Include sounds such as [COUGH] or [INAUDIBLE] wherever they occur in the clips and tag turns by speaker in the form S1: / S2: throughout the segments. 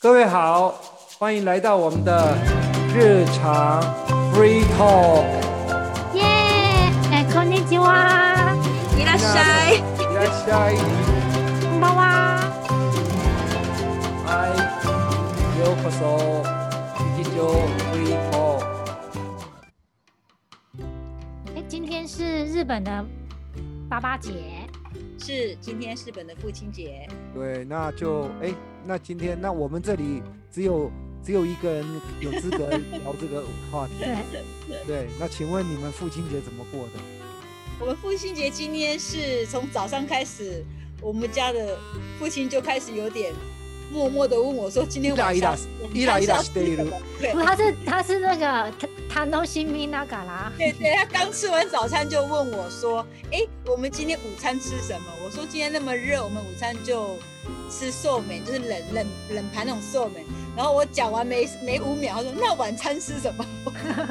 S1: 各位好，欢迎来到我们的日常 free talk。
S2: 耶，哎，こんにちは，
S3: 伊拉塞，
S1: いらっしゃい。
S2: こんばんは。
S1: 嗨，ようこそ。日常 free talk。
S2: 哎，今天是日本的八八节，
S3: 是今天日本的父亲节，
S1: 对，那就哎，那今天那我们这里只有只有一个人有资格聊这个话
S3: [LAUGHS]
S1: 题。
S2: 对，
S1: 对，那请问你们父亲节怎么过的？
S3: 我们父亲节今天是从早上开始，我们家的父亲就开始有点默默的问我说，今天晚上我们
S1: 伊拉伊拉
S3: 家是要
S1: 伊拉
S3: 吃什么？对
S2: 不，他是他是那个他他东西米那嘎啦，
S3: 对对，他刚吃完早餐就问我说，哎，我们今天午餐吃什么？我说今天那么热，我们午餐就吃寿美，就是冷冷冷盘那种寿美。然后我讲完没没五秒，他说那晚餐吃什么？ [LAUGHS]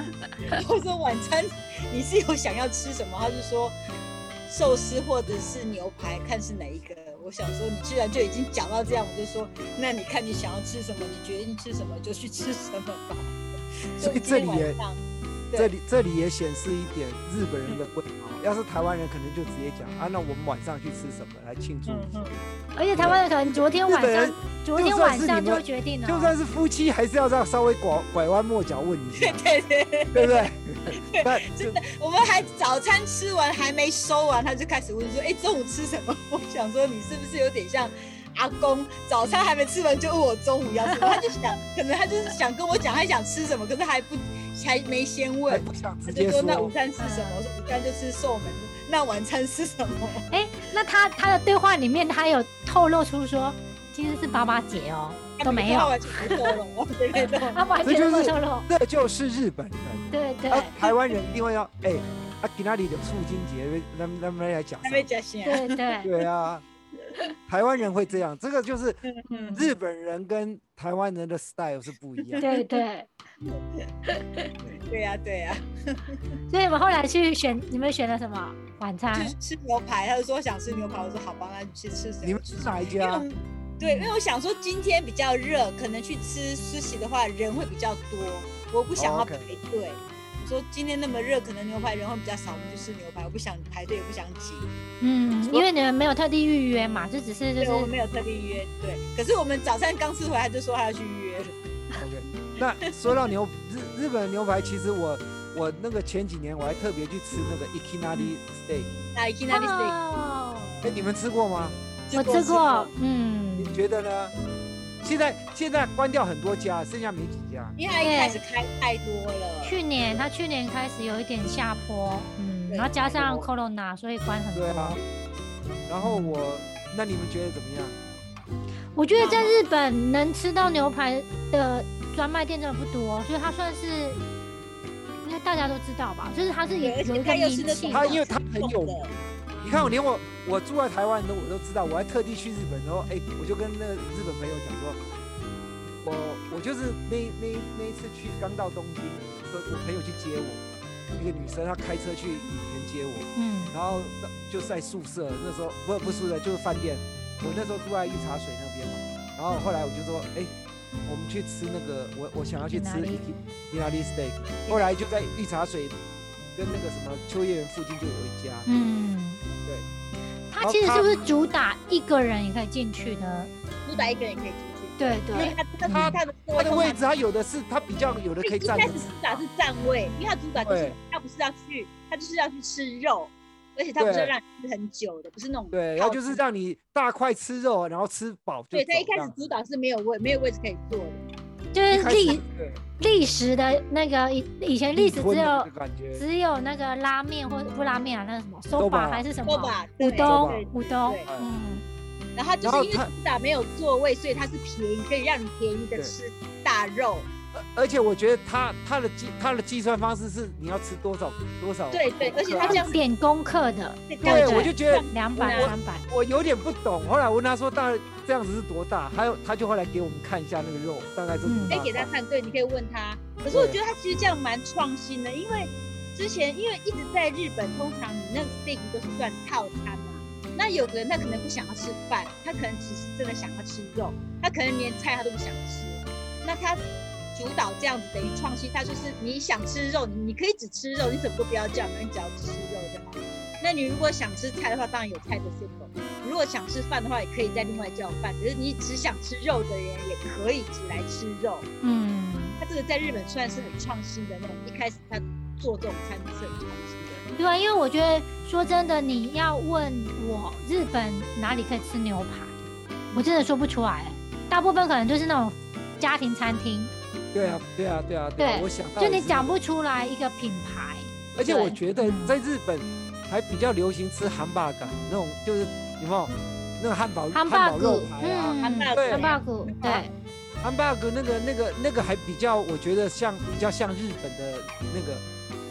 S3: 我说晚餐你是有想要吃什么？他就说寿司或者是牛排，看是哪一个。我想说你居然就已经讲到这样，我就说那你看你想要吃什么，你决定吃什么就去吃什么吧。 [LAUGHS]
S1: 所以
S3: 今天
S1: 这里也
S3: 晚上对
S1: 这里这里也显示一点日本人的规毛。要是台湾人，可能就直接讲啊，那我们晚上去吃什么来庆祝
S3: 嗯
S1: 一下
S3: 嗯。
S2: 而且台湾人可能昨天
S1: 日
S2: 晚
S1: 本人
S2: 上昨天晚上就决定了，
S1: 就算是夫妻，还是要这样稍微拐拐弯抹角问一下，
S3: [LAUGHS] 对对对。
S1: 对不对？
S3: [LAUGHS]
S1: 那就
S3: 我们还早餐吃完还没收完，他就开始问说：“哎、中午吃什么？”我想说你是不是有点像阿公，早餐还没吃完就问我中午要什么？他就想，可能他就是想跟我讲他想吃什么，可是还不还没先
S1: 还
S3: 问，
S1: 不想
S3: 他
S1: 直接
S3: 就说那午
S1: 说，
S3: 餐吃什么？我说午餐就吃寿门，那晚餐吃什么？
S2: 哎，那他他的对话里面他有透露出说今天是八八节哦，都没
S3: 他
S2: 有，
S3: 完全不透露，哦对对对，
S2: 他完
S1: 这就
S2: 全
S1: 是
S2: 不透露，
S1: 这就是日本人。
S2: 对对
S1: 啊，台湾人一定会要哎，啊，给那里的父亲节，那那那来讲啥
S3: 还，没讲先。
S2: 对对，
S1: 对啊，台湾人会这样，这个就是
S3: 嗯
S1: 日本人跟台湾人的 style 是不一样。
S2: 对对。
S3: 对呀、啊对呀、
S2: 所以我们后来去选，你们选了什么晚餐？
S3: 就是吃牛排，他就说想吃牛排，我说好吧，那你去吃什么？
S1: 你们是哪一
S3: 因为我
S1: 家？
S3: 们对，因为我想说今天比较热，可能去吃苏喜的话人会比较多，我不想
S1: 哦
S3: 要
S1: ，OK
S3: 排队。我说今天那么热，可能牛排人会比较少，我们就吃牛排，我不想排队，也不想挤。
S2: 嗯，因为你们没有特地预约嘛，就只是就
S3: 对，我们
S2: 是
S3: 没有特地约。对，可是我们早餐刚吃回来，他就说他要去约了。
S1: OK，那说到牛日日本牛排，其实我我那个前几年我还特别去吃那个 Ikinari Steak，
S3: 那 i k i n a r i steak，
S2: 哦，
S1: 哎，你们吃过吗？
S2: 我吃过，，嗯
S1: 你，觉得呢？现在现在关掉很多家，剩下没几家。
S3: 因为他一开始开太多了。
S2: 去年他去年开始有一点下坡，嗯，
S3: 对
S2: 然后加上
S1: 对
S2: corona，所以关很
S1: 对啊
S2: 多。
S1: 然后我，那你们觉得怎么样？
S2: 我觉得在日本能吃到牛排的专卖店真的不多，所以它算是应该大家都知道吧，就是它是有
S3: 对
S2: 有
S3: 而且
S2: 一
S3: 他
S2: 个
S3: 又
S2: 名
S3: 是那
S2: 气
S3: 种
S1: 它因
S2: 的。
S1: 为它很有名
S3: 的，
S1: 你看我连我我住在台湾的我都知道，我还特地去日本，然后哎，我就跟那个日本朋友讲说，我我就是那那那一次去刚到东京，我我朋友去接我，一个女生她开车去羽田接我，
S2: 嗯，
S1: 然后那就是在宿舍，那时候不不是宿舍就是饭店，我那时候住在御茶水那边嘛。然后后来我就说，哎、我们去吃那个，我我想要去吃 i
S2: Inari
S1: n a r i steak。后来就在御茶水跟那个什么秋叶原附近就有一家，
S2: 嗯，
S1: 对。
S2: 它其实是不是主打一个人也可以进去的？
S3: 主打一个人可以进去。
S2: 对
S3: 因为
S2: 对，
S1: 他
S3: 他他他的座
S1: 它
S3: 位
S1: 的
S3: 通
S1: 位
S3: 常
S1: 置它有的是它比较有的可以
S3: 一
S1: 站
S3: 开
S1: 着
S3: 始
S1: 吃
S3: 主打是站位，因为他主打就是
S1: 对
S3: 他不是要去，他就是要去吃肉，而且他不是要让你吃很久的，不是那种
S1: 对，然
S3: 套
S1: 后就是
S3: 餐
S1: 让你大块吃肉，然后吃饱就
S3: 对
S1: 走。
S3: 他一开
S1: 这
S3: 始
S1: 样嗯
S3: 主打是没有位没有位置可以坐的，
S2: 就是
S1: 一开始
S2: 历
S1: 对
S2: 历史的那个以以前历史
S1: 吞
S2: 只
S1: 的
S2: 有
S1: 感觉，
S2: 只有那个拉面或不拉面啊，那个什么
S1: Soba
S2: 手把还是什
S3: 对
S2: 么
S3: 吧？对
S2: 乌
S1: 对
S2: 冬
S3: 对
S2: 乌冬
S3: 对，
S2: 嗯，
S3: 然后他就
S1: 然后
S3: 是因为
S1: 他
S3: 主打没有座位，所以它是便宜，可以让你便宜的
S1: 对
S3: 吃大肉。
S1: 而而且我觉得它它的计它的计算方式是你要吃多少多少克。
S3: 对对而且它这样子
S2: 点功课的
S3: 对
S2: 对
S1: 对，
S2: 对
S1: 我就觉得
S2: 两百
S3: 我
S2: 三百，
S1: 我有点不懂。后来我问他说，大概这样子是多大？还有他就后来给我们看一下那个肉，大概是多
S2: 嗯
S1: 大
S3: 可以给他看，对，你可以问他。可是我觉得他其实这样蛮创新的，因为之前因为一直在日本，通常你那个 steak 都是算套餐嘛，那有的人他可能不想要吃饭，他可能只是真的想要吃肉，他可能连菜他都不想吃。那他主导这样子等于创新，他就是你想吃肉，你你可以只吃肉，你什么都不要叫，你只要只吃肉就好。那你如果想吃菜的话，当然有菜的 simple；如果想吃饭的话，也可以再另外叫饭。可是你只想吃肉的人，也可以只来吃肉。
S4: 嗯，
S3: 他这个在日本算是很创新的那种，一开始他做这种餐是很创新的。
S2: 对啊，因为我觉得说真的，你要问我日本哪里可以吃牛排，我真的说不出来。大部分可能就是那种家庭餐厅，
S1: 对啊，对啊，对啊，啊
S2: 对
S1: 我想到
S2: 就
S1: 也
S2: 你
S1: 是
S2: 讲不出来一个品牌。
S1: 而且
S2: 对
S1: 我觉得在日本还比较流行吃汉堡感那种，就是有没有那个汉堡
S2: 汉
S1: 堡
S2: 堡
S1: 肉
S2: 骨，
S1: 排啊，
S2: 嗯，
S3: 汉
S2: 汉
S3: 堡
S1: 对
S2: 堡骨，对，
S1: 汉堡那个那个那个还比较，我觉得像比较像日本的那个，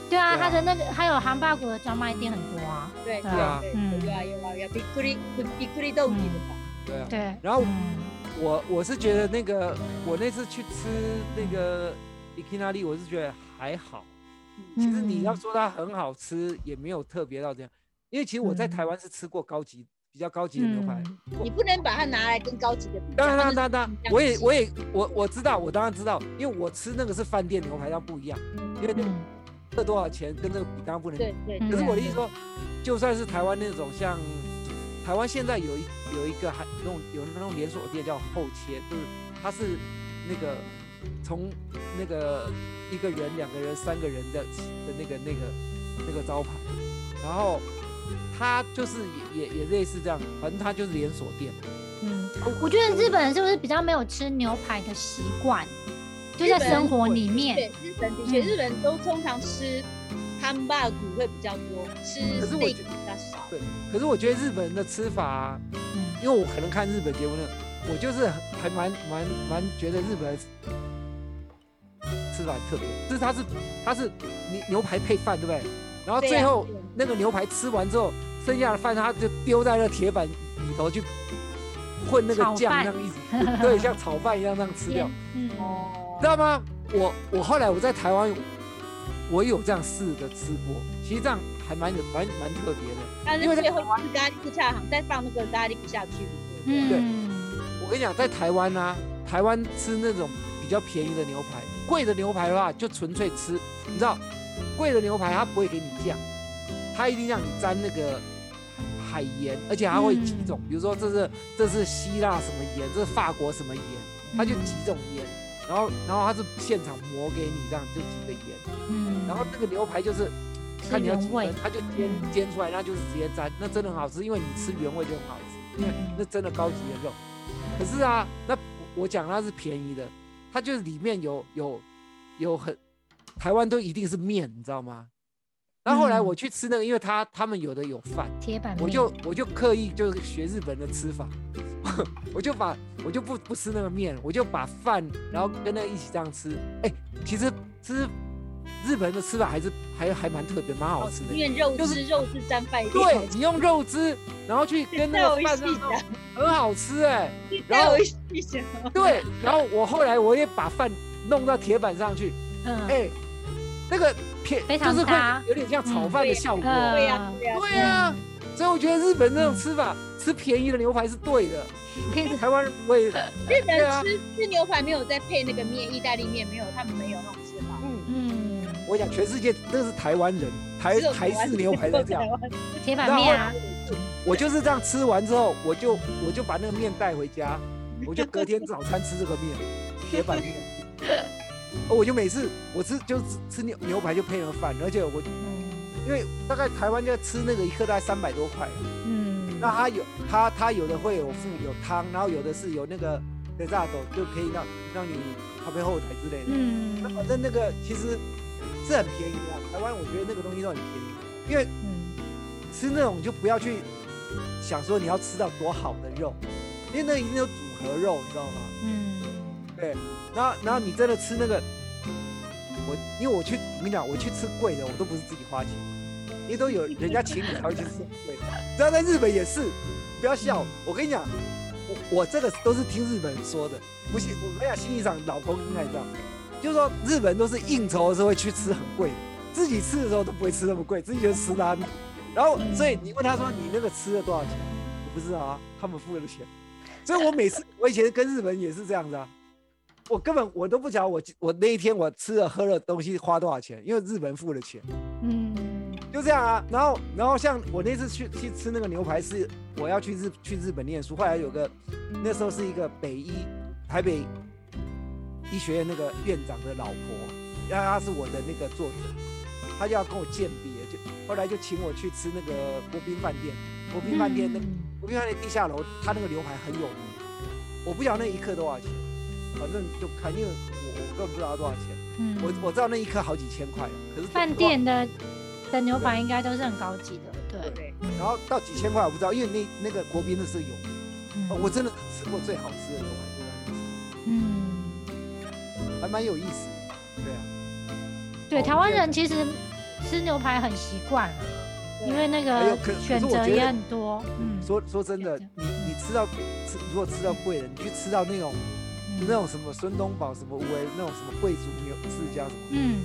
S2: 对啊，
S1: 对啊
S2: 它的那个还有汉堡骨的专卖店很多啊，
S3: 对
S2: 对
S3: 对
S1: 啊
S3: 对
S4: 嗯
S3: 对，有啊有啊有啊，比库里比库里豆皮的吧。
S1: 对啊。
S2: 对，
S1: 然后
S4: 嗯
S1: 我我是觉得那个我那次去吃那个 ikinari，我是觉得还好。
S3: 嗯
S1: 其实你要
S2: 嗯
S1: 说它很好吃，也没有特别到这样，因为其实我在
S4: 嗯
S1: 台湾是吃过高级比较高级的牛排，
S3: 你不能把它拿来跟高级的比较。
S1: 当然，当
S3: 它
S1: 然，
S3: 就是
S1: 当然
S3: 这，样
S1: 我也，
S3: 吃
S1: 我也，我我知道，我当然知道，因为我吃那个是饭店牛排，它不一样，因为那个
S4: 嗯
S1: 这多少钱跟这个比，当然不能比。
S3: 对对。
S4: 嗯
S1: 可是我的意思
S3: 对，
S1: 说，就算是台湾那种像，台湾现在有一有一个还那种有那种连锁店叫后切，就是它是那个从那个一个人、两个人、三个人的的那个那个那个招牌，然后它就是也也也类似这样，反正它就是连锁店。
S4: 嗯，
S2: 我觉得日本人是不是比较没有吃牛排的习惯，就在生活里面，
S3: 对日本的确，
S2: 嗯
S3: 日本都通常吃汉堡骨会比较多，吃
S1: 可是我
S3: steak
S1: 觉
S3: 比较少。
S1: 对，可是我觉得日本人的吃法、啊
S3: 嗯
S1: 因为我可能看日本节目呢，我就是还蛮蛮蛮觉得日本人吃法很特别，就是它是它是牛牛排配饭，对不对？然后
S3: 对
S1: 最
S3: 呀
S1: 后
S3: 对呀
S1: 那个牛排吃完之后，剩下的饭它就丢在那铁板里头去混那个
S2: 炒
S1: 酱，
S2: 饭
S1: 那样一直 [LAUGHS] 对，像炒饭一样那样吃掉，
S2: 嗯，
S3: 哦
S1: 知道吗？我我后来我在台湾，我有这样试着吃过，其实这样还蛮有蛮蛮特别的。
S3: 但
S1: 因为
S3: 是
S1: 在
S3: 最后吃咖喱不下行，再放那个咖喱不下去。对不对
S4: 嗯，
S1: 我跟你讲，在台湾啊，台湾吃那种比较便宜的牛排，贵的牛排的话就纯粹吃，你知道，贵的牛排它不会给你酱，它一定让你沾那个海盐，而且它会几种，比如说这是这是希腊什么盐，这是法国什么盐，它就几种盐，然后然后它是现场磨给你，这样就几个盐，
S4: 嗯，
S1: 然后那个牛排就是。
S2: 吃
S1: 看你要几
S2: 原味嗯
S1: 分，它就煎煎出来，那就是直接沾，那真的很好吃，因为你吃原味就很好吃，因
S2: 嗯
S1: 为那真的高级的肉。可是啊，那我讲它是便宜的，它就是里面有有有很台湾都一定是面，你知道吗？然后后来
S4: 嗯
S1: 我去吃那个，因为他他们有的有饭，
S2: 铁板面，
S1: 我就我就刻意就是学日本的吃法，我就把我就不不吃那个面，我就把饭然后跟那个一起这样吃。哎，其实吃日本人的吃法还是还还蛮特别，蛮好
S2: 哦
S1: 吃的。
S3: 因为肉
S1: 就
S3: 汁
S1: 是
S3: 肉汁沾饭一定
S1: 对你用肉汁，然后去跟那个
S3: 太
S1: 饭
S2: [LAUGHS]
S3: 有意思了
S1: 上，很好吃哎、然
S3: 太
S1: 后
S3: 有意思了。
S1: 对，然后我后来我也把饭弄到铁板上去，
S2: 嗯，
S1: 哎，那个片
S2: 非
S1: 就是
S2: 常
S1: 会
S2: 搭
S1: 有点像炒
S2: 嗯
S1: 饭
S3: 对
S1: 的
S3: 呀
S1: 效果。
S2: 呃
S3: 对呀对呀，
S1: 对啊，所以我觉得日本那种
S4: 嗯
S1: 吃法，吃便宜的牛排是对的。
S2: 可以
S1: 台湾人不会，
S3: 日本
S1: 对啊
S3: 人吃吃牛排没有再配那个面，意大利面没有，他们没有那种吃法。
S1: 嗯，
S4: 嗯，
S1: 我想全世界这是台湾人，台
S3: 只有
S1: 台
S3: 湾
S1: 式牛排才这 [LAUGHS] 样。
S2: 铁板面啊，
S1: 我就是这样吃完之后，我就我就把那个面带回家，我就隔天早餐吃这个 [LAUGHS] 面，铁板面。哦我就每次我吃就吃吃牛牛排就配了饭，而且我因为大概台湾就吃那个一克大概三百多块，
S4: 嗯，
S1: 那它有它它有的会有附有汤，然后有的是有那个的炸豆，就可以让让你咖啡后台之类的。那
S4: 嗯，
S1: 反正那个其实是很便宜的啊，台湾我觉得那个东西都很便宜，因为吃那种就不要去想说你要吃到多好的肉，因为那一定有组合肉，你知道吗？
S4: 嗯，
S1: 对，然后然后你真的吃那个，我因为我去我跟你讲，我去吃贵的，我都不是自己花钱，因为都有人家请你才会去吃贵的。只要在日本也是，不要笑，我跟你讲，我我这个都是听日本人说的，不信我跟你讲，新一长老公应该知道，就是说日本都是应酬的时候会去吃很贵的，自己吃的时候都不会吃那么贵，自己就吃拉面。然后所以你问他说你那个吃了多少钱，不是啊，他们付了钱。所以我每次我以前跟日本也是这样子啊，我根本我都不晓得我我那一天我吃了喝了东西花多少钱，因为日本付了钱，
S2: 嗯
S1: 就这样啊。然后然后像我那次去去吃那个牛排是我要去日去日本念书，后来有个那时候是一个北医台北医学院那个院长的老婆，然后她是我的那个作者，她就要跟我鉴别，就后来就请我去吃那个国宾饭店，国宾饭店那个。我跟他那地下楼，他那个牛排很有名，我不晓得那一克多少钱，反正就看，因为我我根本不知道它多少钱，
S4: 嗯
S1: 我我知道那一克好几千块，可是
S2: 饭店的的牛排应该都是很高级的，对，
S3: 对，
S1: 然后到几千块我不知道，因为那那个国宾的是有名，
S4: 嗯
S1: 哦我真的吃过最好吃的牛排就在那里
S4: 嗯
S1: 吃，还蛮有意思的，对啊，
S2: 对，
S1: 哦
S2: 台湾人其实吃牛排很习惯，啊因为那
S1: 还
S2: 个
S1: 有可可是
S2: 选
S1: 我
S2: 择
S1: 觉
S2: 也
S1: 得
S2: 很多。
S4: 嗯
S1: 说说真的，
S2: 这样
S1: 你你吃到吃如果吃到贵的，你去吃到那种
S4: 嗯
S1: 那种什么孙东宝什么乌龟那种什么贵族牛世家什么，
S2: 嗯，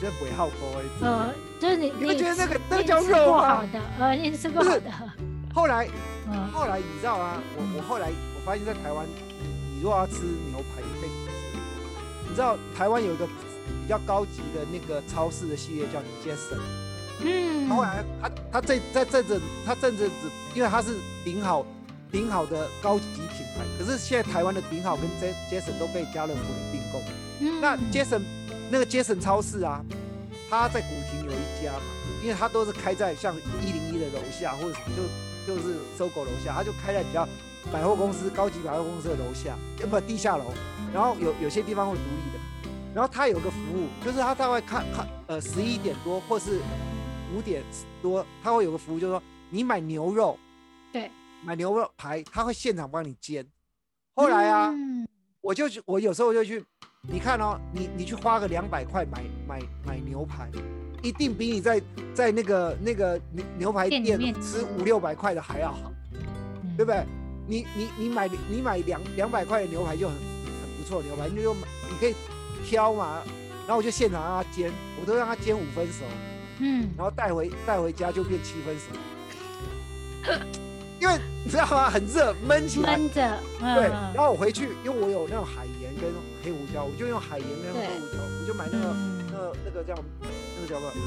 S1: 这不会好高哎，真的
S2: 呃，就是你
S1: 你
S2: 你
S1: 们觉得那个那
S2: 你
S1: 个叫
S2: 吃
S1: 肉
S2: 过
S1: 吗
S2: 好？的，呃，你吃过
S1: 不
S2: 好
S1: 是
S2: 的，
S1: 后来
S2: 嗯
S1: 后来你知道啊，我我后来我发现，在台湾，你你如果要吃牛排，你可以怎么吃？你知道台湾有一个比较高级的那个超市的系列叫 Jason，
S2: 嗯，
S1: 后来他他这在这阵他这阵子，因为他是顶好顶好的高级品牌，可是现在台湾的顶好跟 J Jason 都被家乐福给并购。
S2: 嗯
S1: 那 Jason 那个 Jason 超市啊，他在古亭有一家嘛，因为他都是开在像一零一的楼下，或者就就是搜狗楼下，他就开在比较百货公司高级百货公司的楼下，呃不地下楼，然后有有些地方会独立的，然后他有个服务，就是他大概看看呃十一点多或是五点多，他会有个服务，就是说你买牛肉，
S2: 对，
S1: 买牛肉排，他会现场帮你煎。后来啊。
S2: 嗯
S1: 我就去，我有时候就去，你看哦，你你去花个两百块买买买牛排，一定比你在在那个那个牛牛排
S2: 店里
S1: 店
S2: 面
S1: 吃
S2: 吃
S1: 五六百块的还要好，
S4: 嗯
S1: 对不对？你你你买你买两两百块的牛排就很很不错的牛排，你就买你可以挑嘛，然后我就现场让它煎，我都让它煎五分熟，
S2: 嗯，
S1: 然后带回带回家就变七分熟， [LAUGHS] 因为你知道吗？很热，闷起来。
S2: 闷着，
S1: 对，
S2: 嗯
S1: 然后我回去，因为我有那种海盐跟黑胡椒，我就用海盐跟黑胡椒，我就买那个
S4: 嗯
S1: 那个那个叫那个叫什么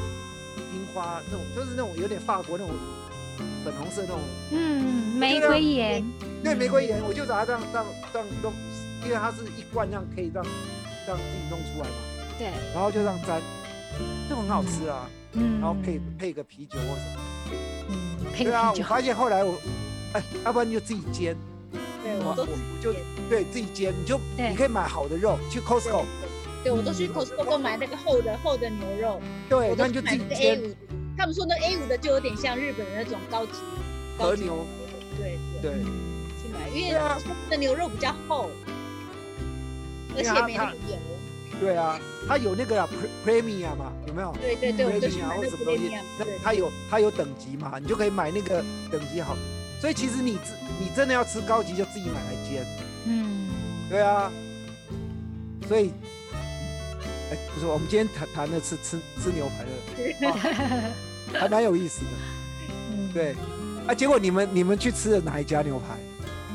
S1: 樱花那种，就是那种有点法国那种粉红色那种，
S2: 嗯，
S1: 我
S2: 玫
S1: 觉得
S2: 瑰盐，
S1: 对，玫瑰盐，我就把它这样这样这样弄，因为它是一罐这样可以让让自己弄出来嘛，
S2: 对，
S1: 然后就这样沾，就很好吃啊，
S4: 嗯
S1: 然后配配个啤酒或什么，
S4: 嗯配
S1: 对啊，
S4: 啤
S1: 我
S4: 酒，
S1: 发现后来我，哎，要不然你就自己煎，
S3: 对我都自
S1: 我
S3: 己
S1: 就
S3: 煎
S1: 对自己煎，你就
S2: 对
S1: 你可以买好的肉去 Costco。
S3: 对我都去 Costco 买那个厚的厚的牛肉，
S1: 嗯对，
S3: 我
S1: 那
S3: 都
S1: 你就
S3: 去买
S1: 自
S3: 那
S1: 己
S3: 个 A
S1: 煎
S3: 五，他们说那 A 五的就有点像日本的那种高级
S1: 和
S3: 高级牛
S1: 牛，
S3: 肉，对对，
S1: 对，
S3: 去买，
S1: 对
S3: 因为
S1: 啊
S3: Costco 的牛肉比较厚，而且没那么油。
S1: 对啊，它有那个啊 pre- premium 嘛，有没有
S3: 对对对，我就去
S1: ？premium 啊
S3: 买
S1: 或
S3: 那
S1: 者
S3: 个
S1: 什么东西
S3: premium，，
S1: 那
S3: 对，
S1: 它有它有等级嘛，你就可以买那个等级好。所以其实你自你真的要吃高级，就自己买来煎。
S4: 嗯
S1: 对啊，所以，哎，不是，我们今天谈谈的吃吃吃牛排
S2: [LAUGHS]
S1: 的，哦还蛮有意思的。
S4: 嗯
S1: 对，啊，结果你们你们去吃了哪一家牛排？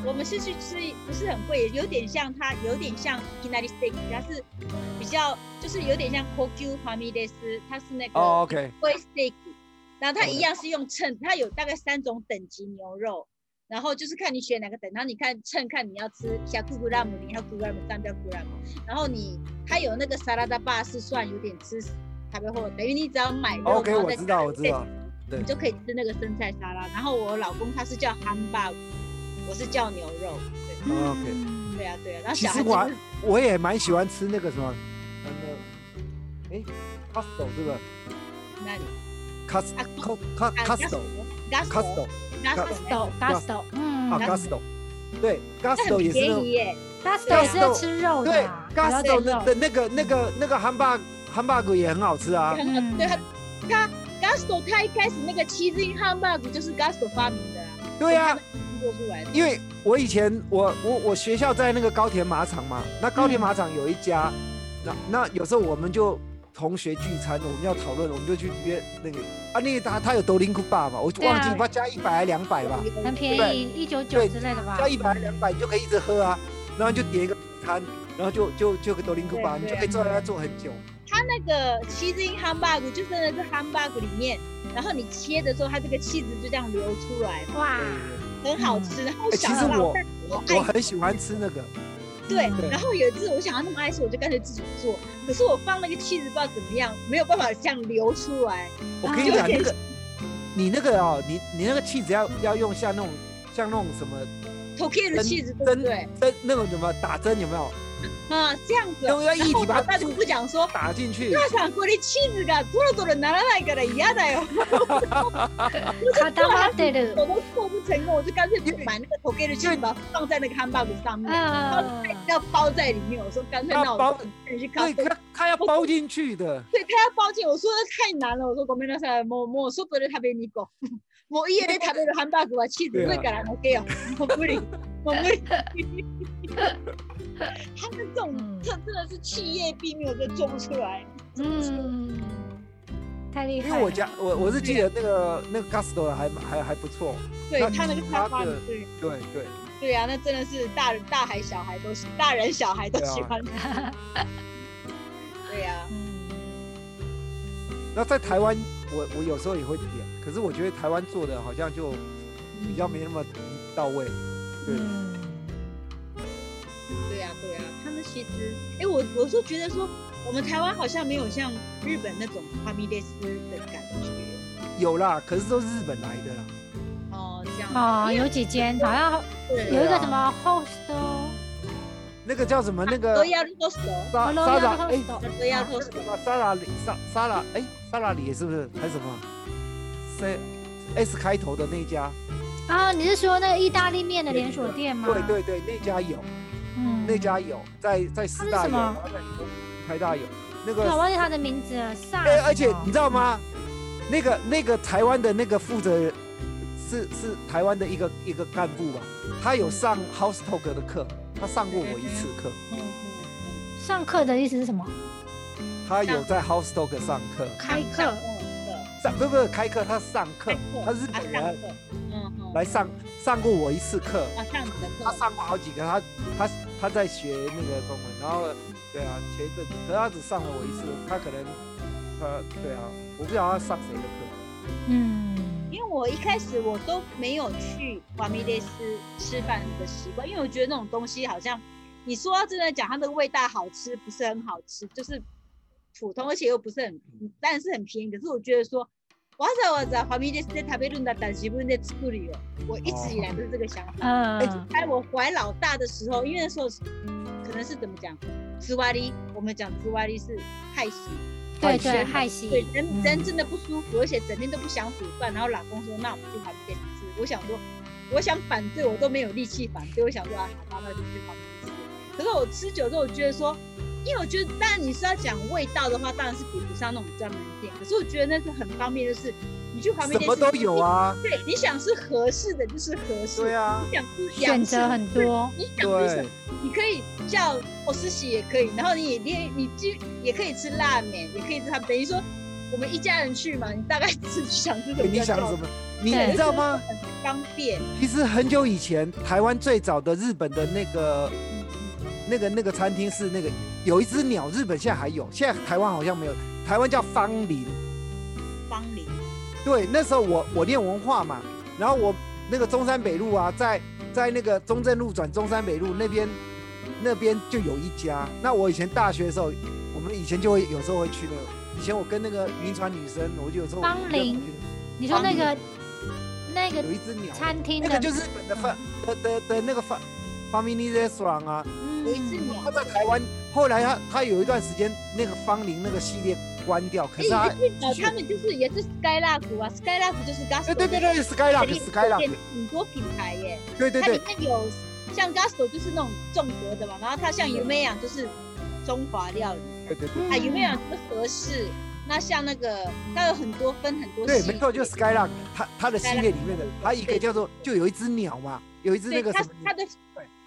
S3: 我们是去吃，不是很贵，有点像它，有点像 k i n a r i steak，它是比较就是有点像 Koku 华米列斯，它是那个
S1: 哦，OK，
S3: 龟 steak，然后它
S1: OK
S3: 一样是用秤，它有大概三种等级牛肉，然后就是看你选哪个等，然后你看秤看你要吃小咕咕拉姆，你要咕咕拉姆，三标咕咕拉姆，然后你它有那个沙拉大巴是算有点吃台北货，等于你只要买肉
S1: OK，
S3: 然后
S1: 我
S3: 再
S1: 知
S3: 加
S1: 道我
S3: 点
S1: 知道
S3: steak，你就可以吃那个生菜沙拉。然后我老公他是叫汉堡，我是叫牛肉，对
S1: 哦，OK。
S2: 嗯
S3: 对啊对啊，然后
S1: 其
S3: 小
S1: 实
S3: 孩
S1: 我
S3: 子
S1: 还我也蛮喜欢吃那个什么，呃，那哎，Costco 是不是
S3: 那里啊
S1: ？Costco Co- Costco Costco
S3: Gusto，Gusto，
S2: ，Gusto Gusto，
S1: 啊
S2: 嗯
S3: 那
S1: ，Costco，对
S3: 这
S1: ，Costco
S3: 很
S1: 也是那
S3: 便宜
S1: 种
S3: 耶，
S2: ，Gusto 是要
S1: Gusto，
S2: 吃肉的
S1: 对
S2: 啊，要吃
S1: ，Costco
S2: 肉
S1: 那的那个那个那个汉堡汉堡骨也很好吃啊。
S2: 嗯
S3: 对他，他 Gusto 他一开始那个 cheesy hamburger 就是 Gusto 发明的啊，
S1: 对啊，
S3: 做出来的。
S1: 因为我以前我我我学校在那个高田马场嘛，那高田马场有一家，那那有时候我们就同学聚餐，我们要讨论，我们就去约那个啊，那个他他有抖音库爸嘛，我
S2: 对啊
S1: 忘记他加一百还两百吧，
S2: 很便宜，
S1: 对
S2: 一九九之类的吧
S1: 加。一百还两百你就可以一直喝啊，然后你就点一个餐，然后就就就有个抖音库爸，
S3: 对
S1: 你
S3: 对
S1: 就可以坐在那坐很久。
S3: 它那个 cheese in hamburg 就真的是 hamburg 里面，然后你切的时候，它这个 cheese 就这样流出来，
S2: 哇
S1: 对，对
S3: 很好吃。然后
S1: 哎
S3: 小
S1: 其实
S3: 老
S1: 我
S3: 但我
S1: 对，我
S3: 爱
S1: 很喜欢吃那个，
S3: 对
S1: 嗯对，
S3: 然后有一次我想要那么爱吃，我就干脆自己做。可是我放那个 cheese 不知道怎么样，没有办法这样流出来。
S1: 我跟你
S3: 有
S1: 讲
S3: 点
S1: 那个，你那个哦，你你那个气质要要用像那种像那种什么
S3: t o k i n 的 cheese 对不
S1: 针
S3: 对？
S1: 针那种什么打针有没有？
S3: 啊，这样子哦。
S1: 用要一
S3: 然后
S1: 体
S3: 我
S1: 把
S3: 老
S1: 它
S3: 爸怎么不讲说？
S1: 打进去。
S3: 那场これチーズがトロトロならないから嫌だよ。
S2: 卡达马德的，
S3: [LAUGHS] 我都做不成功，我就干脆买那个 t o k i n 的 cheese 把它放在那个汉堡上面。
S2: 呃，
S3: 要包在里面，我说干脆
S1: 要
S3: 那我
S1: 包
S3: 自己去搞
S1: 对，。他他要包进去的。
S3: 对，他要包进，我说那太难了，我说ごめんなさい、もうもう外で食べに行 [LAUGHS] こう。もう家で食べるハンバーグは
S1: 啊
S3: チーズ多いから負
S1: [LAUGHS]
S3: けよ。もう無哦理，もう無理。他们这种
S4: 嗯
S3: 这真的是企业秘密，我都做不出来。
S2: 嗯，太厉害
S1: 因
S3: 啊
S2: 了。
S1: 为我家我我是记得那个那个 Gusto 的还蛮还还不错。
S3: 对
S1: 那
S3: 他那个
S1: 他
S3: 开发
S1: 的
S3: 的，对
S1: 对对，
S3: 对啊，那真的是大人大孩小孩都喜，大人小孩都
S1: 对啊
S3: 喜欢。对啊呀，
S2: 嗯
S1: 那在台湾我我有时候也会点，可是我觉得台湾做的好像就比较没那么到位。对，
S3: 对呀，对呀，嗯他们其实，哎，我我是觉得说，我们台湾好像没有像日本那种哈密列斯的感觉。
S1: 有啦，可是都是日本来的啦。
S3: 哦，这样
S2: 哦，有几间好像
S3: 对
S2: 有一个什么 host 哦，
S1: 那个叫什么？那
S3: 啊都
S1: 个
S3: 要入手，
S1: 莎莎莎哎，
S3: 都要入手。
S1: 什么莎拉里莎莎拉哎莎拉里是不是还是什么？C S 开头的那家？
S2: 啊，你是说那个意大利面的连锁店
S3: 嗯
S2: 吗？
S1: 对，对对，那家有。
S2: 嗯，
S1: 那家有，在在师大有，
S2: 它
S1: 然后在台大有，那
S2: 对，我
S1: 个，
S2: 忘记他的名字了，萨
S1: 哎、
S2: 什么。
S1: 而且你知道吗？那个那个台湾的那个负责人是是台湾的一个一个干部吧，他有上 House Talk 的课，他上过我一次课，
S3: 嗯嗯，
S2: 上课的意思是什么？
S1: 哎他有在 House Talk 上课，
S2: 开课。
S1: 上不不开课，他上课
S3: 上，课，
S1: 他日本人
S3: 嗯嗯，
S1: 来上上过我一次课，
S3: 啊上你的
S1: 他
S3: 课，
S1: 上过好几个，他他他在学那个中文，然后对啊，前一阵子，可是他只上了我一次，他可能他对啊，我不知道他上谁的课。
S4: 嗯，
S3: 因为我一开始我都没有去瓦米列斯吃饭的习惯，因为我觉得那种东西好像，你说要真的讲它的味道好吃，不是很好吃，就是普通，而且又不是很，当然是很便宜，可是我觉得说。わざわざファミレスで食べるんだったら自分で作るよ。我一直以来都是这个想法。
S2: 嗯
S1: 哎
S4: 呃，
S3: 在我怀老大的时候，因为那时候是可能是怎么讲，紫瓦利，我们讲紫瓦利是害喜，
S2: 对
S1: 海
S2: 对，
S1: 鲜
S2: 害喜。
S3: 对人、
S4: 嗯
S3: 人真的不舒服，而且整天都不想煮饭。然后老公说，那我们去旁边吃。我想说，我想反对，我都没有力气反对。我想说啊，好吧，那就去旁边吃。可是我吃久之后，我觉得说，因为我觉得，当然你是要讲味道的话，当然是比不上那种专门店。可是我觉得那是很方便，就是你去旁边
S1: 什么都有。啊，
S3: 对，你想吃合适的就是合适，
S1: 对啊，
S3: 你想吃洋
S2: 选择
S3: 式
S2: 很多，
S3: 你想吃什
S1: 对
S3: 么，，你可以叫我吃喜也可以，然后你也你你就也可以吃拉面，也可以吃它，等于说我们一家人去嘛，你大概是想吃什么
S1: 对你
S3: 就
S1: 想
S3: 叫
S1: 什么？你
S2: 对
S1: 你知道吗？
S3: 很方便。
S1: 其实很久以前，台湾最早的日本的那个那个那个餐厅是那个有一只鸟，日本现在还有，现在台湾好像没有，台湾叫芳林。
S3: 方林
S1: 对，那时候我我念文化嘛，然后我那个中山北路啊，在在那个中正路转中山北路那边，那边就有一家。那我以前大学的时候，我们以前就会有时候会去那个，以前我跟那个云船女生，我就有时候
S2: 芳
S1: 我们就
S2: 龄
S1: 去
S2: 你说那个
S1: 那
S2: 那个
S1: 有一只鸟，
S2: 餐厅
S1: 那
S2: 的
S1: 个，就是日本
S3: 嗯
S1: 的饭的的的那个饭 family restaurant 啊，
S3: 有一只
S2: 嗯，
S3: 鸟
S1: 他，在台湾，后来他他有一段时间那个芳龄那个系列关掉，可
S3: 哎
S1: 是他
S3: 你去找他们就是也是 Skylark 啊，Skylark 就是 g a s
S1: 对
S3: t
S1: 对对对，Skylark
S3: 哎
S1: Skylark，
S3: 很多品牌耶，
S1: 对对
S3: 它
S1: 对
S3: 里，面有像 Gusto 就是那种重格的嘛，然后它像 u m e y a 就是中华料理。
S1: 对对对。
S3: 啊，有没有
S2: 嗯
S3: 这个合适？那像那个，它有很多分很多
S1: 对，
S3: 系
S1: 没错，就是 Skylark，它它的系列里面的，它一个叫做就有一只鸟嘛，有一只那
S3: 对
S1: 个
S3: 它
S1: 什么
S3: 它
S1: 鸟，
S3: 的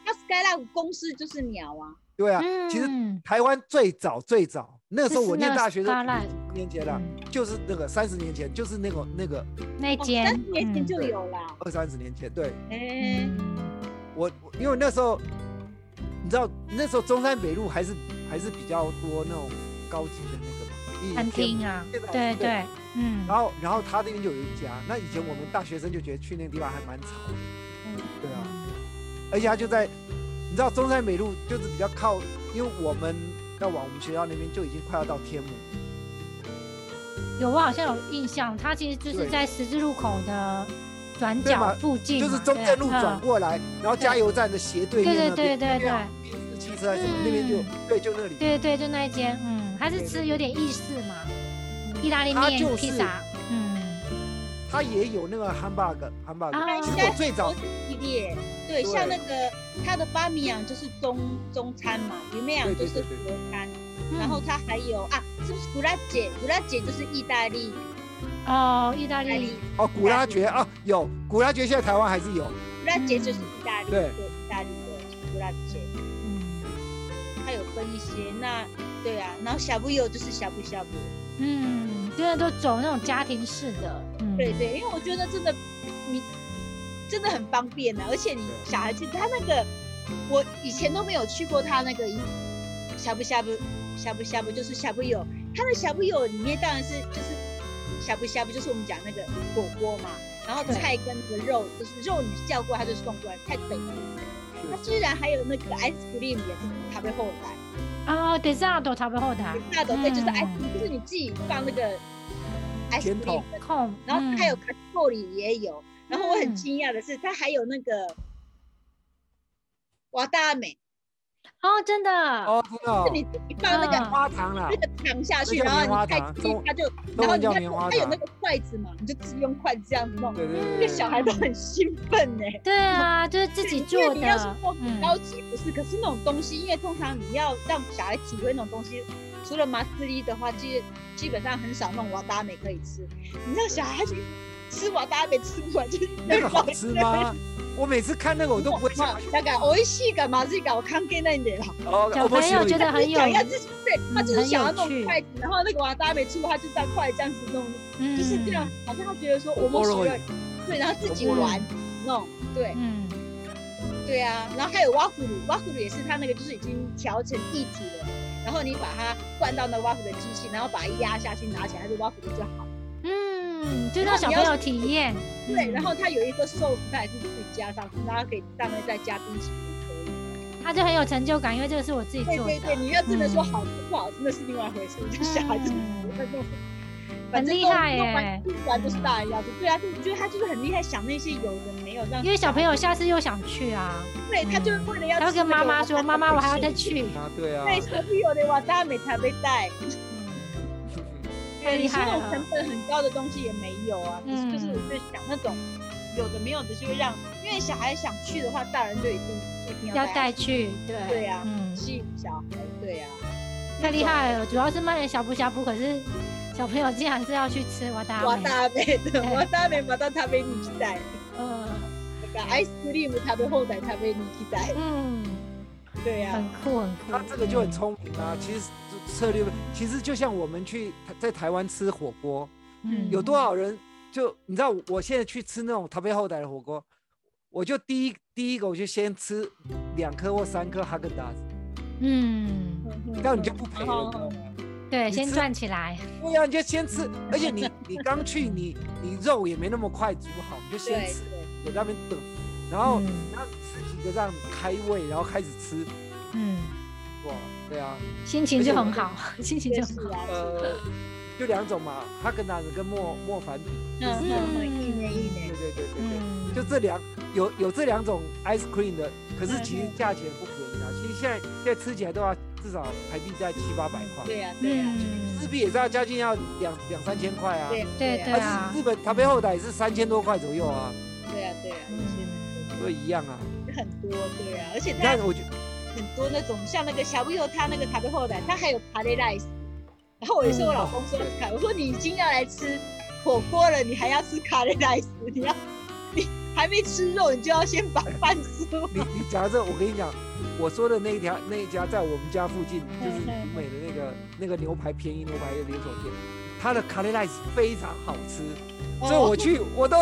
S3: 它 Skylark 公司就是鸟啊，
S1: 对啊，
S2: 嗯
S1: 其实台湾最早最早那时候我念大学的
S2: 这是那个嗯
S1: 几
S2: Skyline
S1: 年前了，就是那个三十年前，就是那个那个
S2: 那
S1: 哦
S2: 间
S3: 三十哦年前
S2: 嗯
S3: 就有啦。
S1: 二三十年前，对
S3: 哎，
S4: 嗯
S1: 我我因为那时候你知道那时候中山北路还是还是比较多那种高级的那个
S2: 餐
S1: 嘛一
S2: 厅啊，对对，嗯
S1: 然后然后他那边就有一家，那以前我们大学生就觉得去那个地方还蛮吵的，
S3: 嗯
S1: 对啊，而且他就在，你知道中山北路就是比较靠，因为我们要往我们学校那边就已经快要到天母，
S2: 有我好像有印象，它其实就是
S1: 对
S2: 在十字路口的转
S1: 对
S2: 角
S1: 嘛
S2: 附近嘛，
S1: 就是中正路
S2: 对啊
S1: 转，过来，然后加油站的斜对面
S2: 对
S1: 那
S2: 嗯对
S1: 边，
S2: 对对
S1: 那边有啊汽车还是什么那边
S2: 嗯
S1: 就对就那里
S2: 嗯，对对，就那一间，嗯，它是吃有点意式嘛，意大利
S1: 它就
S2: 面、
S1: 是
S2: 披萨，嗯，
S1: 它也有那个汉堡的汉堡
S2: 啊
S1: 的，其实我最早
S3: 都是系列，对，
S1: 对
S3: 像那个它的巴米扬就是中中餐嘛，里面扬就是
S1: 对对对
S3: 国餐，
S2: 嗯
S3: 然后它还有啊，是不是古拉姐？古拉姐就是意大利，
S2: 哦，意大
S3: 意大
S2: 利
S3: 利，
S1: 哦古拉爵啊有古拉爵现在台湾还是有，
S3: 古拉姐就是意大利，
S1: 对
S3: 对，意大利的古拉姐，
S4: 嗯
S3: 它有分一些，那对啊，然后小布有就是小布小布，
S2: 嗯，真的都走那种家庭式的，嗯，
S3: 对对，因为我觉得真的你真的很方便啊，而且你
S1: 对
S3: 小孩子他那个，我以前都没有去过他那个呷不呷不呷不呷不，就是呷不有，他的呷不有里面当然是就是呷不呷不，就是我们讲那个火锅嘛，然后
S4: 对
S3: 菜跟那个肉，就是肉你叫过来他就送过来，太等了。他居然还有那个 ice cream 也是咖啡后来，
S2: 哦，得这样都差不多的啊，
S3: 那种对，就是 ice
S2: 嗯
S3: cream，就是你自己放那个 ice
S1: 甜
S3: cream
S1: 筒
S3: 的
S2: 控，
S3: 然后还有
S2: 嗯
S3: c a t o 里也有，然后我很
S2: 嗯
S3: 惊讶的是，它还有那个瓦达美，
S2: 哦，真的，
S1: 哦真的哦
S3: 是你自己放那个
S2: 嗯
S1: 花糖啦
S3: 那，个糖下去，
S1: 那叫
S3: 然后
S1: 棉花
S3: 你再
S1: 糖
S3: 吃
S1: 中，
S3: 它就，
S1: 中
S3: 然后
S1: 文
S3: 你
S1: 叫
S3: 看
S1: 棉花
S3: 它有那
S1: 糖，
S3: 个筷子嘛，你就只用筷子这样子弄，
S1: 对对
S2: 嗯
S1: 对
S3: 那
S1: 对
S3: 个小孩都很兴奋呢。
S2: 对啊，就是自己
S3: 因
S2: 做
S3: 为你要说
S2: 的，嗯
S3: 很高级不是，可是那种东西，因为通常你要让小孩体会那种东西，除了马斯利的话，基基本上很少那种瓦达美可以吃。你知道小孩子吃瓦达美吃不完，就是
S1: 那个好吃
S2: [LAUGHS]
S1: 吗？我每次看那个我都不会想要去。
S3: 那个我一细个嘛，这个我看给那一点了。
S1: 哦
S2: 小朋友觉得很有
S3: 想，要自己对他就是
S2: 很
S3: 想要
S2: 有趣
S3: 弄筷子，然后那个瓦达美出，他就这样筷子这样子弄，
S2: 嗯
S3: 就是这样，，好像他觉得说我
S1: 我
S3: 们
S1: 不
S3: 学
S1: 容易
S3: 了，对，然后自己
S1: 我不容
S3: 玩弄，对
S2: 嗯，
S3: 对啊，然后还有瓦葫芦，瓦葫芦也是他那个就是已经调成一体了，然后你把它灌到那瓦葫芦的机器，然后把它压下去拿起来，它就瓦葫芦就好。
S2: 嗯，就让小朋友体验，
S3: 对，
S2: 嗯
S3: 然后它有一个寿司，它也是自己加上去，然后可以上面再加冰淇淋可以。
S2: 他就很有成就感，因为这个是我自己
S3: 对
S2: 做
S3: 对
S2: 的，
S3: 对，你要真的说好吃不好吃，那是另外一回事。就小孩子
S2: 嗯
S3: 那种，
S2: 很
S3: 反正
S2: 厉
S3: 都
S2: 害
S3: 都
S2: 耶
S3: 玩不玩都是大人要的。对啊，就我觉得他就是很厉害，想那些有的没有，让
S2: 因为小朋友下次又想去啊，
S3: 对他就是为了要
S2: 他会
S3: 吃那
S2: 跟
S3: 个
S2: 妈妈说：“妈妈，我还要再。去。
S1: 啊，对啊，[LAUGHS]
S3: 对，小朋友的话，大美才被带。
S2: 太
S3: 对，
S2: 厉
S3: 你说
S2: 害
S3: 那种
S2: 了
S3: 成本很高的东西也没有啊，可是就是
S2: 嗯
S3: 我就想那种有的没有的，就会让因为小孩想去的话，大人就一定一定”
S2: 要
S3: 要
S2: 带
S3: 带
S2: 去，对
S3: 对啊
S2: 嗯，
S3: 吸引小孩，对啊。
S2: 太厉害了，主要是卖了小布小布，可是小朋友竟然是要去吃瓦
S3: [LAUGHS]
S2: 达
S3: 我
S2: 美，
S3: 大美的，我大美また食べに行きたい。
S2: 呃，
S3: 那 [LAUGHS] 个 ice cream 食べ放題食べに行きたい。
S2: 嗯，
S3: 对呀、
S2: 很
S3: 啊，
S2: 酷很酷，
S1: 他这个就很聪明啊。其实策略，其实就像我们去在台湾吃火锅，
S4: 嗯
S1: 有多少人就你知道，我现在去吃那种台北后台的火锅，我就第一第一个我就先吃两颗或三颗哈根达斯，
S2: 嗯，
S1: 这样你就不赔
S2: 哦
S1: 了。你知道吗
S2: 对，
S1: 你
S2: 先
S1: 吃
S2: 赚起来，
S1: 对啊呀、你就先吃，而且你你刚去，你你肉也没那么快煮好，你就先
S3: 对
S1: 吃，
S3: 对
S1: 我在那边等，然后
S4: 嗯
S1: 然后你吃几个这样开胃，然后开始吃，
S4: 嗯
S1: 哇，对啊。
S2: 心情就很好，心情
S3: 对，
S2: 就
S3: 就是
S2: 很好，
S3: 啊，
S1: 呃，就两种嘛，哈根达斯跟莫莫凡比，
S3: 嗯
S2: 嗯
S3: 嗯嗯，一年一
S1: 对
S3: 年，
S1: 对对对对，
S4: 嗯，
S1: 就这两有有这两种 ice cream 的，可是其实
S3: 嗯嗯
S1: 价钱不便宜啊，其实现在现在吃起来都要至少台币在七八百块，
S3: 对呀、啊、对呀、啊
S2: 嗯
S1: 日，币也是要将近要两两三千块啊，
S3: 对
S2: 对
S3: 对
S2: 对
S3: 啊
S1: 啊
S2: 啊
S1: 日本台北后台也是三千多块左右啊，
S3: 对呀、啊、对呀、啊，
S1: 所以一样啊。
S3: 就是很多对呀、啊，而且
S1: 你
S3: 它
S1: 看，我觉
S3: 很多那种像那个小朋友他那个咖啡后台，他还有咖喱 rice。然后我也是我老公说，我说你已经要来吃火锅了，你还要吃咖喱 rice，你要你还还没吃肉，你就要先把饭吃完。
S1: 你你讲到这，我跟你讲，我说的那一条那一家在我们家附近，就是
S4: 嘿嘿
S1: 美的那个那个牛排便宜牛排的连锁店，它的卡 a 莱 rice 非常好吃，
S3: 哦
S1: 所以我去我都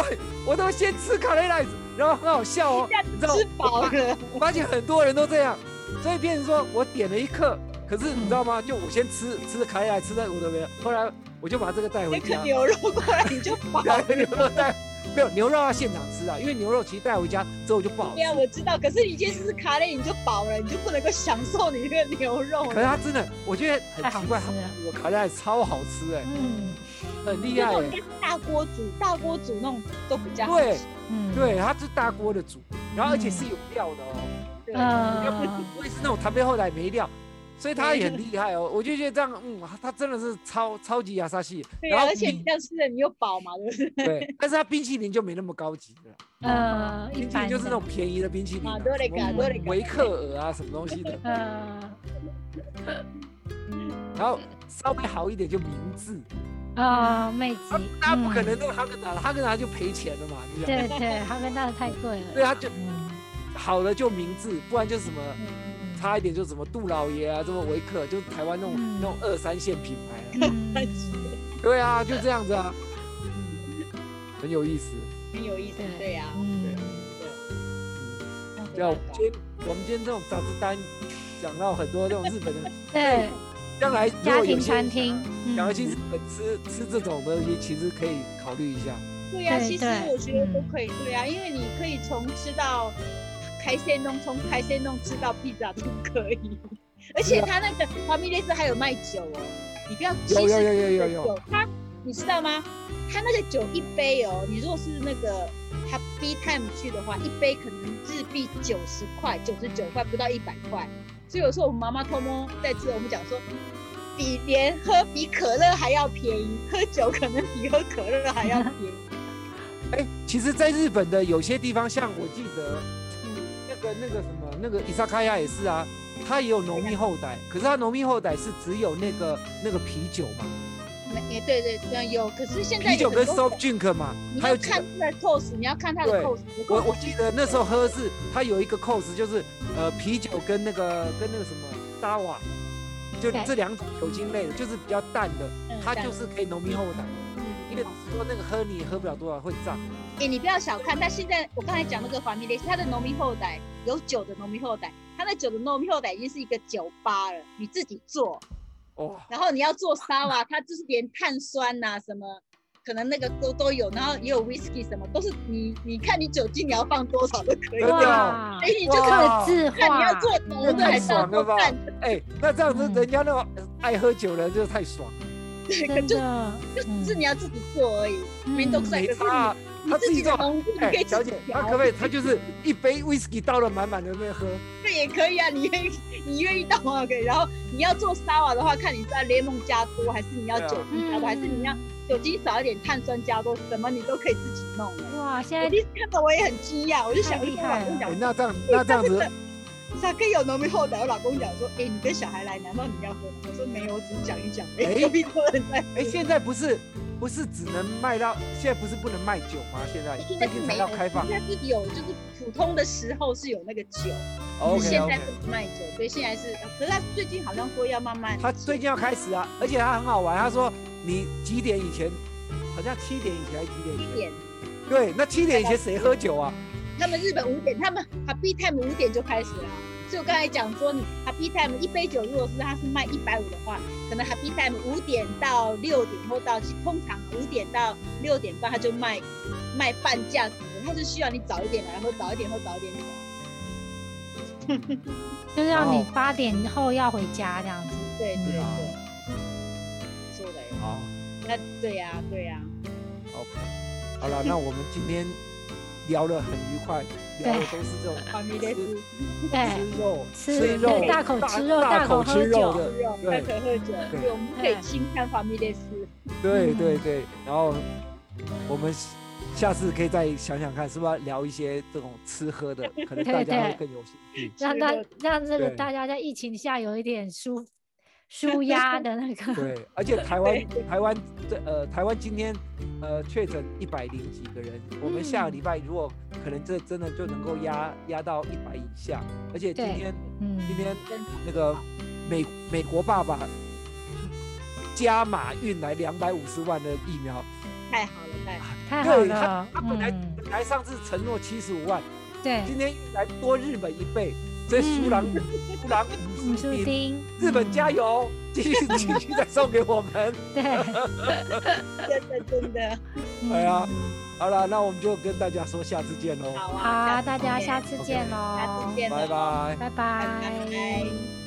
S1: 我都先吃卡 a 莱 rice，然后很好笑哦，你知道
S3: 吃饱 [LAUGHS] 了，
S1: 我发现很多人都这样，所以变成说我点了一克，可是你知道吗？就我先吃吃卡 a 莱 rice 吃在我的没有，后来我就把这个带回
S3: 那
S1: 家
S3: 个，牛肉过来你就 [LAUGHS] 饱
S1: [LAUGHS] 然
S3: 了
S1: 后。牛肉带没有牛肉要现场吃啊，因为牛肉其实带回家之后就不好
S3: 对
S1: 吃
S3: 啊，。我知道，可是你今天吃卡累，你就饱了，你就不能够享受你那个牛肉
S1: 可是
S3: 了。
S1: 它真的，我觉得
S4: 太
S1: 很
S4: 好
S1: 奇怪，
S4: 吃了
S1: 我卡在超好吃哎、
S4: 嗯
S1: 很厉
S3: 那
S1: 害
S3: 种
S1: 哎、
S3: 应该是大锅煮，大锅煮那种都比较好
S1: 对
S3: 吃。
S4: 嗯，
S1: 对，它是大锅的煮，然后而且是有料的哦，
S3: 对啊
S2: 嗯
S4: 呃
S1: 要不不会是那种旁边后来没料，所以它也很厉害哦。我就觉得这样，嗯，它真的是超超级亚萨西，
S3: 对
S1: 然
S3: 啊，
S1: 后
S3: 而且你
S1: 你
S3: 这样吃了，你又饱嘛，对不对？
S1: 对，但是它冰淇淋就没那么高级了， [LAUGHS]
S4: 呃，一
S1: 冰淇淋
S4: 般
S1: 就是那
S4: 的
S1: 种便宜的冰淇淋、啊，
S3: 啊多嘞
S1: 什么
S3: 嘎多嘞嘎
S1: 维克尔啊什么东西的，
S4: 呃
S1: 然后稍微好一点就明治，
S4: 呃妹
S1: 那
S4: 子，
S1: 那不可
S4: 嗯
S1: 能都哈根达斯，哈根达斯就赔钱了嘛，你想，
S4: 对对，哈根达斯太贵了。
S1: 对，它就
S4: 嗯，
S1: 好的就明治，不然就是什么。
S4: 嗯
S1: 差一点就什么杜老爷啊，这么维克，就是台湾那种、
S4: 嗯
S1: 那种二三线品牌、啊。 [LAUGHS]
S4: 嗯
S1: 对啊，就这样子啊，很有意思。
S3: 很有意思，
S4: 对
S3: 对呀。
S4: 嗯
S1: 对啊，我们今天我们今天这种杂志单讲到很多这种日本的，
S4: 对，
S1: 将来如
S4: 家
S1: 果
S4: 庭
S1: 有些
S4: 餐
S1: 人
S4: 厅，
S1: 想要去
S4: 嗯
S1: 日本吃吃这种东西，其实可以考虑一下。
S3: 对呀，
S4: 对
S3: 其实
S4: 对
S3: 我觉得都
S4: 嗯
S3: 可以，对呀，因为你可以从吃到开鲜弄，从开鲜弄吃到披萨都可以，而且他那个华米列斯还有卖酒哦，你不要其
S1: 啊有
S3: 实
S1: 有有有有
S3: 的
S1: 有
S3: 酒，它你知道吗？它那个酒一杯哦，你如果是那个它 B time 去的话，一杯可能日币九十块、九十九块，不到一百块。所以有时候我们妈妈偷摸在吃，我们讲说，比连喝比可乐还要便宜，喝酒可能比喝可乐还要便宜。
S1: 哎、其实，在日本的有些地方，像我记得，那个那个什么，那个伊萨卡亚也是啊，它也有浓密后代，可是它浓密后代是只有那个那个啤酒嘛，
S3: 也对对对，有。可是现在
S1: 啤酒
S3: 有很
S1: 跟
S3: 多
S1: soft drink 嘛，
S3: 你
S1: 还
S3: 要
S1: 有几
S3: 看
S1: 个。
S3: 它的 cos，你要看它
S1: 对
S3: 的 cos。
S1: 我我记得那时候喝是它有一个 cos，就是呃啤酒跟那个跟那个什么沙瓦，就
S2: 对
S1: 这两种酒精类的，就是比较淡的，它
S3: 嗯
S1: 就是可以浓密后代。因为说那个喝你也喝不了多少会胀，
S3: 哎、你不要小看它，现在我刚才讲那个华米列斯，它的农民后代有酒的农民后代，它那酒的农民后代已经是一个酒吧了，你自己做，
S1: 哇、
S3: 然后你要做沙瓦，它就是连碳酸呐、什么，可能那个都都有，然后也有 whisky 什么，都是你你看你酒精你要放多少都可以，
S1: 真的
S3: 所
S1: 哦
S2: 嗯哇，
S3: 以你就
S1: 哇
S2: 克制
S3: 看你要
S2: 化，
S3: 做浓的
S1: 太
S3: 还是要
S1: 爽
S3: 做
S1: 了吧
S3: 淡
S1: 哎、那这样子
S4: 嗯
S1: 人家那种爱喝酒的人就太爽了。
S3: 的，
S4: 真
S3: 就
S4: 的，
S2: 嗯
S3: 就是你要自己做而已，明明都算
S1: 没
S3: 一个
S1: 差，啊
S3: 你
S1: 他
S3: 自
S1: 自己
S3: 己的
S1: 做。
S3: 浓度你
S1: 哎
S3: 可以，
S1: 小
S3: 自己
S1: 姐，他
S3: 调，
S1: 可不可以？他就是一杯 whisky 倒了满满的那边喝，
S3: 这也可以啊，你愿意你愿意当然可以。然后你要做沙瓦的话，看你是要柠檬加多，还是你要
S1: 对啊
S3: 酒精
S2: 嗯
S3: 加多，还是你要酒精少一点，碳酸加多，什么你都可以自己弄。啊
S2: 哇，现
S3: 我
S2: 在
S3: 第一次看到我也很惊讶，我就想
S4: 太厉
S3: 跟我
S4: 害
S3: 老公
S4: 了
S1: 哎那
S3: 讲，，
S1: 这样那这样子，
S3: 小哥有农民后代，我老公讲说，哎、你跟小孩来，难道你要喝吗？我说没有，我只是讲一讲，哎、
S1: 哎
S3: 隔壁多人在，
S1: 哎，现在不是不是只能卖到，现在不是不能卖酒吗？现在
S3: 应
S1: 最
S3: 该是
S1: 近才
S3: 没
S1: 要
S3: 有，
S1: 开放
S3: 应。该是有，就是普通的时候是有那个酒，
S1: OK
S3: 可是现在
S1: OK，
S3: 不卖酒，所以现在是，可是他最近好像说要慢慢，
S1: 他最近要开始啊，而且他很好玩，他说你几点以前，好像七点以前还是几点
S3: 一
S1: 以前？
S3: 点。
S1: 对，那七点以前谁喝酒啊？
S3: 他们日本五点，他们 Happy Time 五点就开始了啊。所以我刚才讲说，你 Happy Time 一杯酒，如果是它是卖一百五的话，可能 Happy Time 五点到六点或到七，通常五点到六点半，它就卖卖半价什么的，它是需要你早一点来，或早一点或早一点走。
S2: 就是要你
S1: 哦
S2: 八点后要回家这样子。
S3: 对对
S1: 对啊
S3: 对，说的呀，
S1: 好
S3: 那对呀、对呀、
S1: ，OK，好了，那我们今天聊得很愉快，聊的都是这种
S3: 好你得吃
S2: [LAUGHS] 对，
S1: 吃肉、
S2: 吃
S1: 吃肉
S2: 对、大口吃肉
S1: 大
S2: 大口
S1: 口
S2: 喝
S1: 吃肉
S2: 酒
S1: 的
S3: 吃，肉，
S1: 对
S3: 大可喝酒，对，我们可以轻看法米列斯。
S1: 对
S4: 嗯
S1: 对对，然后我们下下次可以再想想看，是不是要聊一些这种吃喝
S2: [LAUGHS]
S1: 的，可能大
S2: 对
S1: 家会
S2: 对
S1: 更有兴趣。
S2: 让大
S3: 吃肉
S2: 让这个
S1: 对 [LAUGHS]
S2: 大家在疫情下有一点舒舒压的那个。
S1: 对，而且台湾台湾这呃台湾今天呃确诊一百零几个人，我们下个
S2: 嗯
S1: 礼拜如果可能这真的就能够压压到一百以下，而且今
S2: 对
S1: 天
S2: 嗯，
S1: 今天那个美美国爸爸加码运来两百五十万的疫苗，
S3: 太好了，太好了，
S2: 太好
S1: 对他
S2: 了。
S1: 他本来、
S2: 嗯
S1: 本来上次承诺七十五万，
S2: 对，
S1: 今天运来多日本一倍，所以苏朗
S2: 嗯
S1: 苏朗五
S2: 嗯
S1: 十
S2: 舒
S1: 亿
S2: 丁，
S1: 日本
S2: 嗯
S1: 加！油，继续继续再送给我们。 [LAUGHS]
S2: 对，
S3: 真的真的
S1: 哎呀
S2: 嗯
S1: 好了，那我们就跟大家说下次见喽，
S3: 好
S2: 好
S3: 啊，
S2: 啊，大家下次见喽，
S3: 下次见，
S1: 拜，拜。
S2: 拜
S3: 拜
S2: 拜。
S3: 拜。